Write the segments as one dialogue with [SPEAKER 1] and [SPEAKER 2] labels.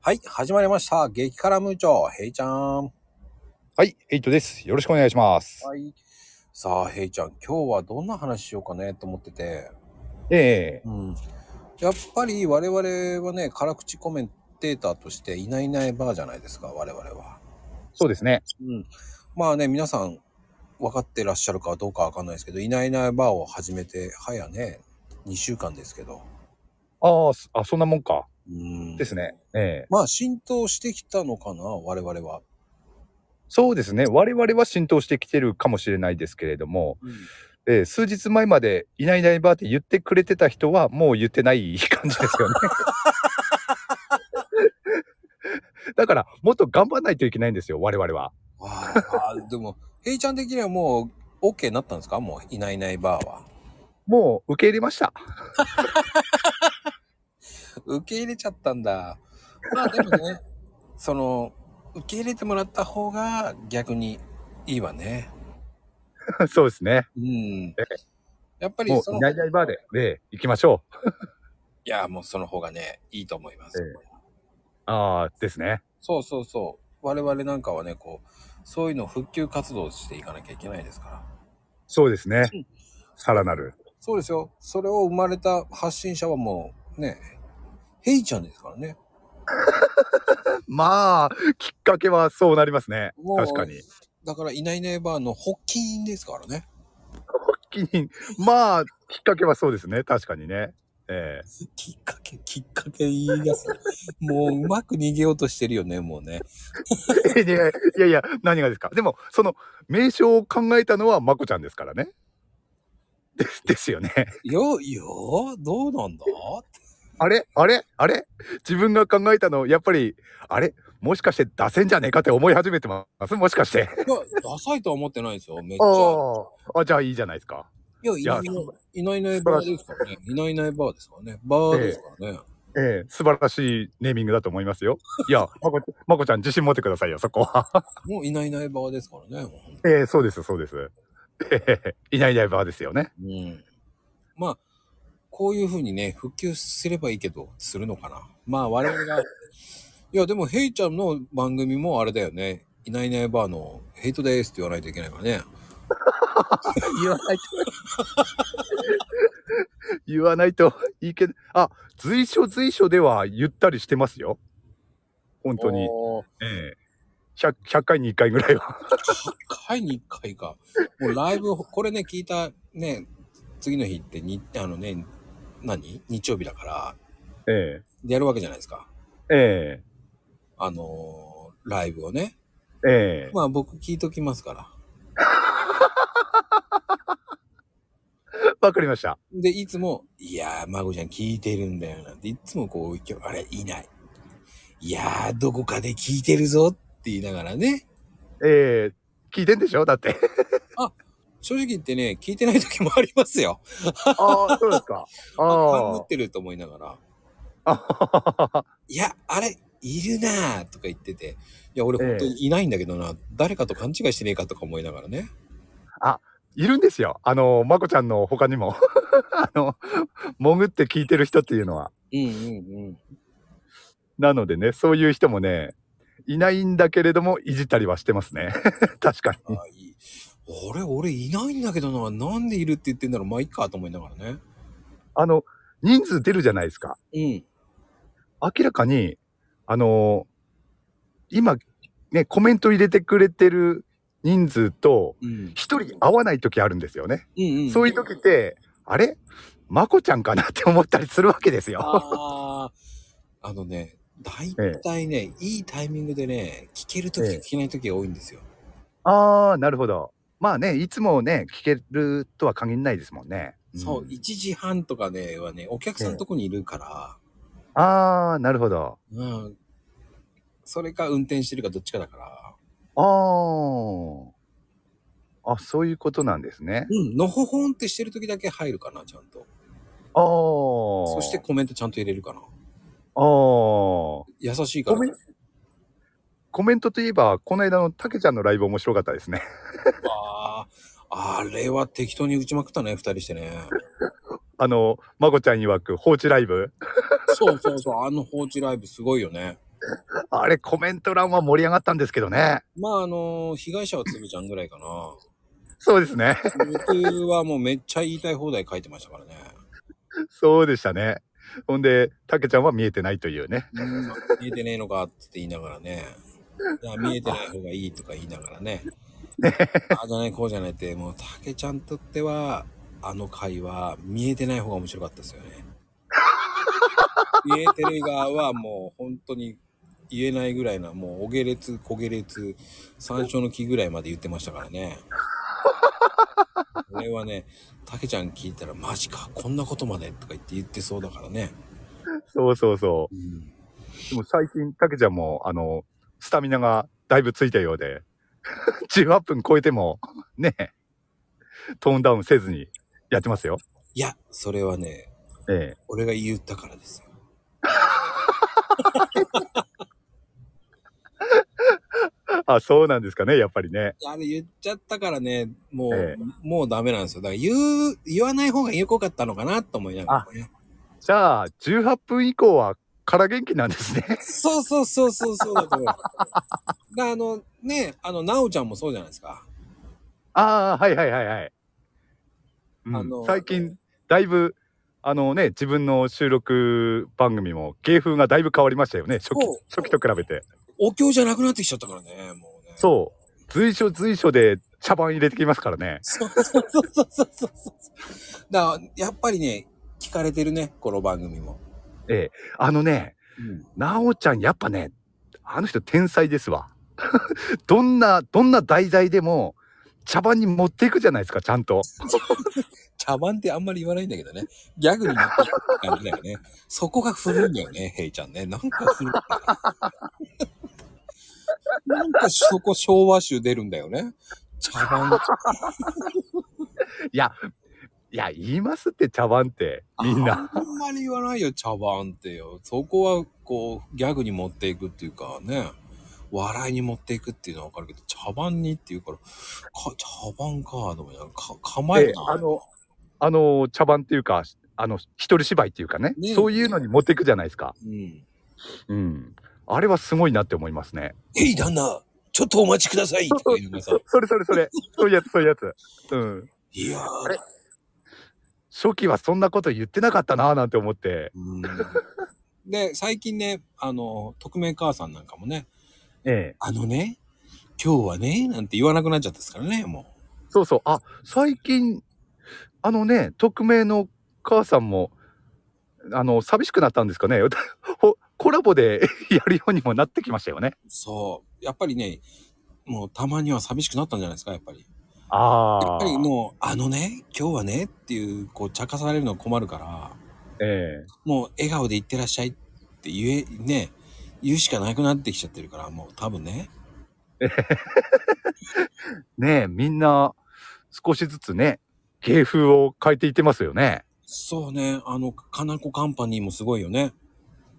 [SPEAKER 1] はい、始まりました。激辛ムーチョ、ヘイちゃん。は
[SPEAKER 2] はい、エイトです。よろしくお願いします。
[SPEAKER 1] い。さあ、ヘイちゃん、今日はどんな話しようかねと思ってて。
[SPEAKER 2] ええ
[SPEAKER 1] うん。やっぱり我々はね、辛口コメンテーターとしていないいないバーじゃないですか、我々は。
[SPEAKER 2] そうですね。
[SPEAKER 1] うん。まあね、皆さん、分かってらっしゃるかどうかわかんないですけど、いないいないバーを始めて、早ね、2週間ですけど。
[SPEAKER 2] ああ、そあ、そんなもんか。
[SPEAKER 1] うん。
[SPEAKER 2] ですね。ええ
[SPEAKER 1] まあ、浸透してきたのかな、我々は。
[SPEAKER 2] そうですね。我々は浸透してきてるかもしれないですけれども、ええ数日前までいないいないばーって言ってくれてた人は、もう言ってない感じですよね。 だから、もっと頑張らないといけないんですよ、我々は。
[SPEAKER 1] ああ、でも、ヘイちゃん的にはもう、OK になったんですかもう、いないいないバーは。
[SPEAKER 2] もう受け入れました。
[SPEAKER 1] 受け入れちゃったんだ。まあでもね、 その、受け入れてもらった方が逆にいいわね。
[SPEAKER 2] そうですね。
[SPEAKER 1] うん。やっぱり
[SPEAKER 2] も
[SPEAKER 1] そうの
[SPEAKER 2] いな、いいないばーで、ええ行きましょう。
[SPEAKER 1] いや、もうその方がね、いいと思います。
[SPEAKER 2] ああ、ですね。
[SPEAKER 1] そうそうそう。我々なんかはね、こう、そういうのを復旧活動していかなきゃいけないですから。
[SPEAKER 2] そうですね
[SPEAKER 1] うん。
[SPEAKER 2] さらなる。
[SPEAKER 1] そうですよ。それを生まれた発信者はもう、ね、ヘイちゃんですからね。
[SPEAKER 2] まあ、きっかけはそうなりますね
[SPEAKER 1] も。う
[SPEAKER 2] 確かに。
[SPEAKER 1] だから、いないいないバーの発起人ですからね。
[SPEAKER 2] 気にまあ、きっかけはそうですね。確かにね。ええ
[SPEAKER 1] きっかけ、きっかけ言い出す。 もううまく逃げようとしてるよね、もうね。
[SPEAKER 2] いやいやいや、何がですか。でも、その名称を考えたのはまこちゃんですからね。ですですよね。
[SPEAKER 1] よ、よ、どうなんだ
[SPEAKER 2] あれあれあれ自分が考えたの、やっぱり、あれもしかして出せんじゃねえかって思い始めてますもしかして。
[SPEAKER 1] いや、ダサいとは思ってないですよ、めっちゃ。
[SPEAKER 2] ああ。あ、じゃあいいじゃないですか。
[SPEAKER 1] いや、いないいないいないいないバーですからね。いないいないバーですからね。バーですからね。
[SPEAKER 2] ええ素晴らしいネーミングだと思いますよ。いや、まこ、まこちゃん自信持ってくださいよ、そこは。
[SPEAKER 1] もういないいないバーですからね。
[SPEAKER 2] ええそうです、そうです。 ええいないいないばあですよね。
[SPEAKER 1] うん。まあ、こういうふうにね、復旧すればいいけど、するのかな。まあ、我々が、いや、でも、ヘイちゃんの番組もあれだよね。いないいないバーのヘイトですって言わないといけないからね。
[SPEAKER 2] 言わないと。言わないといけない。あ、随所随所では言ったりしてますよ。本当に。
[SPEAKER 1] おー。
[SPEAKER 2] ええ100、100回に1回ぐらいは。
[SPEAKER 1] 回に1回か。もうライブ、これね、聞いたね、次の日ってに、あのね、何日曜日だから、
[SPEAKER 2] え
[SPEAKER 1] やるわけじゃないですか。
[SPEAKER 2] ええ
[SPEAKER 1] あのーライブをね。
[SPEAKER 2] えええ
[SPEAKER 1] まあ僕聞いときますから。
[SPEAKER 2] わかりました。
[SPEAKER 1] で、いつも、いやー、孫ちゃん聞いてるんだよなって、いつもこう、今日あれ、いない。いやー、どこかで聞いてるぞって言いながらね。
[SPEAKER 2] ええ聞いてんでしょだって。
[SPEAKER 1] 正直言ってね、聞いてない時もありますよ。
[SPEAKER 2] ああ、そうですか。
[SPEAKER 1] あ、
[SPEAKER 2] あ
[SPEAKER 1] ってると思いながら。
[SPEAKER 2] あ。
[SPEAKER 1] いや、あれ、いるなぁとか言ってて、いや、俺本当にいないんだけどな、誰かと勘違いしてねえかとか思いながらね。
[SPEAKER 2] いるんですよ。あの、まこちゃんの他にも。 あの、潜って聞いてる人っていうのは。
[SPEAKER 1] うんうんうん。
[SPEAKER 2] なのでね、そういう人もね、いないんだけれども、いじったりはしてますね。 確かに。
[SPEAKER 1] あいいあれ、俺いないんだけどな、なんでいるって言ってんだろう、まあいっかと思いながらね。
[SPEAKER 2] あの、人数出るじゃないですか。
[SPEAKER 1] うん。
[SPEAKER 2] 明らかに、あのー今、ね、コメント入れてくれてる人数と、
[SPEAKER 1] うん。
[SPEAKER 2] 一人合わない時あるんですよね。
[SPEAKER 1] うんうん。
[SPEAKER 2] そういう時って、あれまこちゃんかなって思ったりするわけですよ。
[SPEAKER 1] ああ、あのね、大体ね、いいタイミングでね、聞ける時
[SPEAKER 2] ええ
[SPEAKER 1] 聞けない時が多いんですよ。
[SPEAKER 2] あー、なるほど。まあね、いつもね、聞けるとは限らないですもんね。
[SPEAKER 1] そう、
[SPEAKER 2] ん
[SPEAKER 1] 1時半とかね、はね、お客さんのとこにいるから、
[SPEAKER 2] あー、なるほど。
[SPEAKER 1] うん。それか運転してるかどっちかだから。
[SPEAKER 2] あーあ、そういうことなんですね。
[SPEAKER 1] うん、のほほんってしてる時だけ入るかな、ちゃんと。
[SPEAKER 2] ああ。
[SPEAKER 1] そ
[SPEAKER 2] そ
[SPEAKER 1] して、コメントちゃんと入れるかな。
[SPEAKER 2] ああ。コ
[SPEAKER 1] 優しいから。
[SPEAKER 2] コメンメントといえば、この間のたけちゃんのライブ面白かったですね。
[SPEAKER 1] ああ、あれは適当に打ちまくったね、二人してね。
[SPEAKER 2] あの、まこちゃん曰く放置ライブ。
[SPEAKER 1] そうそうそう、あの放置ライブすごいよね。
[SPEAKER 2] あれ、コメント欄は盛り上がったんですけどね。
[SPEAKER 1] まああの被害者はつぶちゃんぐらいかな
[SPEAKER 2] そうですね。
[SPEAKER 1] 僕はもうめっちゃ言いたい放題書いてましたからね
[SPEAKER 2] そうでしたね。ほんで、たけちゃんは見えてないというね。
[SPEAKER 1] 見えてねえのかって言いながらねいや見えてない方がいいとか言いながら ねああじゃないこうじゃないってもうたけちゃんとってはあの回は見えてない方が面白かったですよね 見えてる側はもう本当に言えないぐらいなもうお下劣こげ列山椒の木ぐらいまで言ってましたから ねこれはねたけちゃん聞いたらマジかこんなことまでとか言って言ってそうだからね、
[SPEAKER 2] そうそうそうう。
[SPEAKER 1] ん
[SPEAKER 2] でも最近、たけちゃんも、あの、スタミナがだいぶついたようで、18分超えても、ね、トーンダウンせずにやってますよ。
[SPEAKER 1] いやそれはね
[SPEAKER 2] ええ。
[SPEAKER 1] 俺が言ったからですよ
[SPEAKER 2] あ、そうなんですかね、やっぱりね。
[SPEAKER 1] いやあれ言っちゃったからね、もう、
[SPEAKER 2] ええ
[SPEAKER 1] もうダメなんですよ。だから言う、言わない方が良かったのかなと思いながら、ね。
[SPEAKER 2] じゃあ、18分以降は、から元気なんですね。
[SPEAKER 1] そうそうそうそうそうだと思う。だ からあの、ね、あの、なおちゃんもそうじゃないですか。
[SPEAKER 2] ああ、はいはいはいはい。うん
[SPEAKER 1] あの
[SPEAKER 2] 最近、だいぶ、あのね、自分の収録番組も芸風がだいぶ変わりましたよね、初期
[SPEAKER 1] そう
[SPEAKER 2] 初期と比べて。
[SPEAKER 1] お経じゃなくなってきちゃったからね、もうね。う。
[SPEAKER 2] そう。随所随所で茶番入れてきますからね。
[SPEAKER 1] そうそうそうそうそうそうそう。だから、やっぱりね、聞かれてるね、この番組も。
[SPEAKER 2] あのね、
[SPEAKER 1] うん。
[SPEAKER 2] なおちゃん、やっぱね、あの人天才ですわ。 どんな、どんな題材でも、茶番に持っていくじゃないですか、ちゃんと。
[SPEAKER 1] 茶番ってあんまり言わないんだけどね。ギャグになってる感じだよね。そこが古いんだよね、ヘイちゃんね。なんか古い。なんかそこ昭和集出るんだよね。茶番。
[SPEAKER 2] いや、言いますって、茶番って、みんな。
[SPEAKER 1] あんまり言わないよ、茶番ってよ。そこはこう、ギャグに持っていくっていうかね。笑いに持っていくっていうのはわかるけど、茶番にっていうから、か茶番か、と思いながら、か構える
[SPEAKER 2] で
[SPEAKER 1] な。
[SPEAKER 2] あの、あの、茶番っていうか、あの、一人芝居っていうかね、
[SPEAKER 1] ね
[SPEAKER 2] そういうのに持っていくじゃないですか。
[SPEAKER 1] うん。
[SPEAKER 2] うん。あれはすごいなって思いますね。
[SPEAKER 1] ヘイ旦那、ちょっとお待ちくださいとか言いながらさ。
[SPEAKER 2] それそれそれ。そういうやつ、そういうやつ。うん。
[SPEAKER 1] いやー、
[SPEAKER 2] 初期はそんなこと言ってなかったなぁなんて思って。
[SPEAKER 1] うんで、最近ね、あの、匿名母さんなんかもね、
[SPEAKER 2] ええ。
[SPEAKER 1] あのね、今日はね、なんて言わなくなっちゃったですからね、も
[SPEAKER 2] そうそう。あ、最近、あのね、匿名の母さんも、あの、寂しくなったんですかね。 ほコラボで やるようにもなってきましたよね
[SPEAKER 1] う。。そう。やっぱりね、もうたまには寂しくなったんじゃないですか、やっぱり。
[SPEAKER 2] あ
[SPEAKER 1] やっ
[SPEAKER 2] あ
[SPEAKER 1] ぱ。りもう、あのね、今日はねっていう、こう、茶化されるの困るから、
[SPEAKER 2] ええ。
[SPEAKER 1] もう笑顔で言ってらっしゃいって言え、ね、言うしかなくなってきちゃってるから、もう多分ね。
[SPEAKER 2] ねえ、みんな少しずつね、芸風を変えていってますよね。
[SPEAKER 1] そうね、あの、かなこカンパニーもすごいよね。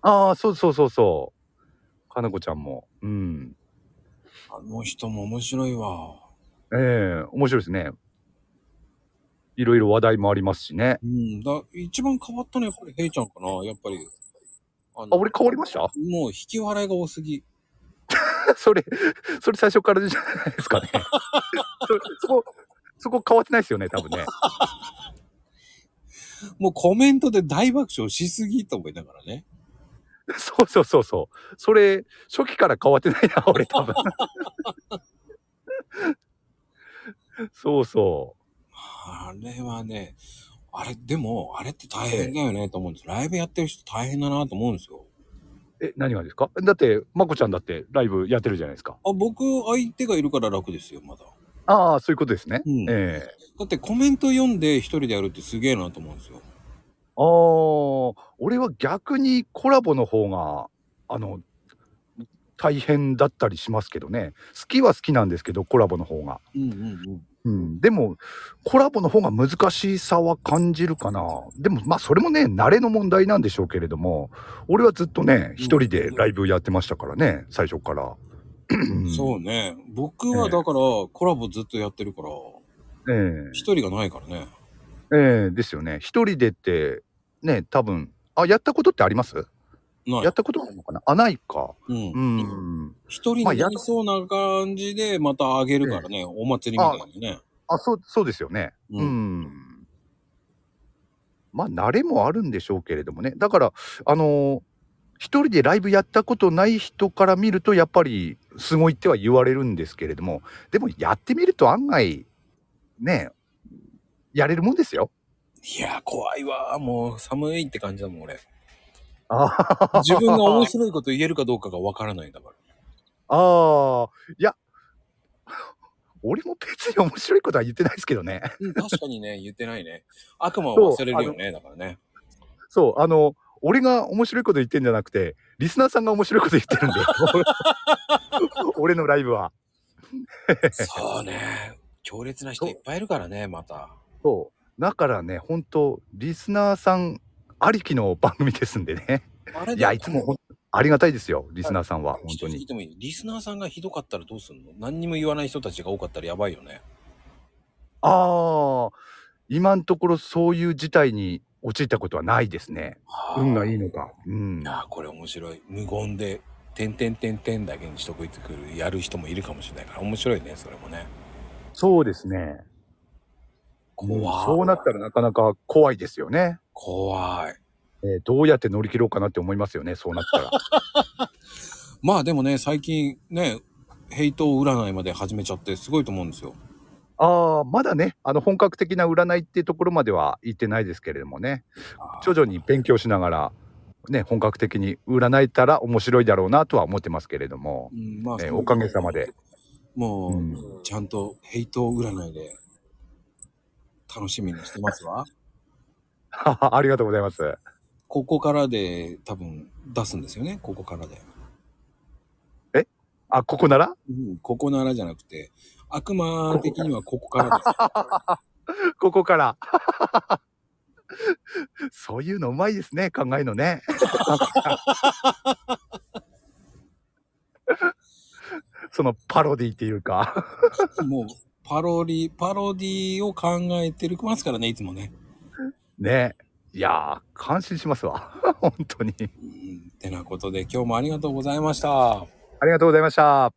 [SPEAKER 2] ああ、そうそうそうそう。かなこちゃんも。うん。
[SPEAKER 1] あの人も面白いわ。
[SPEAKER 2] ええ面白いですね。いろいろ話題もありますしね。
[SPEAKER 1] うん、だ一番変わったのはやっぱりヘイちゃんかな、やっぱり。あ
[SPEAKER 2] あ、俺変わりました
[SPEAKER 1] もう引き笑いが多すぎ。
[SPEAKER 2] それ、それ最初からじゃないですかね。そそこ、そこ変わってないですよね、多分ね。
[SPEAKER 1] もうコメントで大爆笑しすぎと思いながらね。
[SPEAKER 2] そうそうそうそう。それ、初期から変わってないな、俺多分。そうそう。
[SPEAKER 1] あれはね、あれ、でも、あれって大変だよねと思うんです。ライブやってる人大変だなと思うんですよ。
[SPEAKER 2] え、何がですかだって、まこちゃんだってライブやってるじゃないですか。
[SPEAKER 1] あ、僕、相手がいるから楽ですよ、まだ。
[SPEAKER 2] ああ、そういうことですね。
[SPEAKER 1] うん
[SPEAKER 2] ええ
[SPEAKER 1] だってコメント読んで一人でやるってすげえなと思うんですよ。
[SPEAKER 2] ああ、俺は逆にコラボの方が、あの、大変だったりしますけどね。好きは好きなんですけど、コラボの方が。
[SPEAKER 1] うんうん
[SPEAKER 2] うん。でも、コラボの方が難しさは感じるかな。でも、まあ、それもね、慣れの問題なんでしょうけれども、俺はずっとね、一人でライブやってましたからね、最初から。
[SPEAKER 1] うん。そうね。僕はだから、コラボずっとやってるから、
[SPEAKER 2] ええ
[SPEAKER 1] 一人がないからね。
[SPEAKER 2] ええですよね。一人でって、ね、多分、あ、やったことってあります
[SPEAKER 1] ない
[SPEAKER 2] やったことあるのかなあ、ないか。
[SPEAKER 1] うん
[SPEAKER 2] う。ん。
[SPEAKER 1] 一人に
[SPEAKER 2] まあ
[SPEAKER 1] な
[SPEAKER 2] やっ
[SPEAKER 1] りそうな感じで、またあげるからね、お祭りみたいにね。
[SPEAKER 2] あ、そう、そうですよね。
[SPEAKER 1] う
[SPEAKER 2] うんん。まあ、慣れもあるんでしょうけれどもね。だから、あのー一人でライブやったことない人から見ると、やっぱりすごいっては言われるんですけれども、でもやってみると案外、ね、やれるもんですよ。
[SPEAKER 1] いや、怖いわ。もう寒いって感じだもん、俺。
[SPEAKER 2] あ
[SPEAKER 1] 自分が面白いこと言えるかどうかがわからないんだから。
[SPEAKER 2] あ、いや、俺も別に面白いことは言ってないですけどね。
[SPEAKER 1] うん、確かにね、言ってないね。悪魔を忘れるよね、だからね。
[SPEAKER 2] そう、あの、俺が面白いこと言ってんじゃなくて、リスナーさんが面白いこと言って るんで、俺のライブは。
[SPEAKER 1] そうね。強烈な人いっぱいいるからね、また。
[SPEAKER 2] そう。だからね、本当リスナーさんありきの番組ですんでね。
[SPEAKER 1] あれ
[SPEAKER 2] いや、いつもほんありがたいですよ、リスナーさんは、本
[SPEAKER 1] 一
[SPEAKER 2] 当
[SPEAKER 1] 人聞
[SPEAKER 2] に
[SPEAKER 1] い。てもいいリスナーさんがひどかったらどうすんの何にも言わない人たちが多かったらやばいよね。
[SPEAKER 2] ああ、今のところそういう事態に陥ったことはないですね。運がいいのか。うん
[SPEAKER 1] い。やーこれ面白い無言で「点点点点」だけにしとくいてくるやる人もいるかもしれないから面白いねそれもね
[SPEAKER 2] そうですね。うん
[SPEAKER 1] 怖い、
[SPEAKER 2] そうなったらなかなか怖いですよね。
[SPEAKER 1] 怖い
[SPEAKER 2] えーどうやって乗り切ろうかなって思いますよね、そうなったら。
[SPEAKER 1] まあでもね最近ねヘイト占いまで始めちゃってすごいと思うんですよ
[SPEAKER 2] ああ、まだね、あの本格的な占いってところまでは行ってないですけれどもね、徐々に勉強しながら、ね、本格的に占えたら面白いだろうなとは思ってますけれども
[SPEAKER 1] う、んまあ、
[SPEAKER 2] ね、おかげさまで。
[SPEAKER 1] もう、
[SPEAKER 2] うん
[SPEAKER 1] ちゃんとヘイト占いで楽しみにしてますわ
[SPEAKER 2] ははありがとうございます。
[SPEAKER 1] ここからで多分出すんですよねここからで、
[SPEAKER 2] あ、ここなら
[SPEAKER 1] うん、ここならじゃなくて悪魔的にはここからです
[SPEAKER 2] ここから。 そういうのうまいですね、考えのね。 そのパロディっていうか。
[SPEAKER 1] もうパロリ、パロディを考えてるますからね、いつもね。
[SPEAKER 2] ね。いやー、感心しますわ。 本当に。
[SPEAKER 1] うん、てなことで今日もありがとうございました。
[SPEAKER 2] ありがとうございました。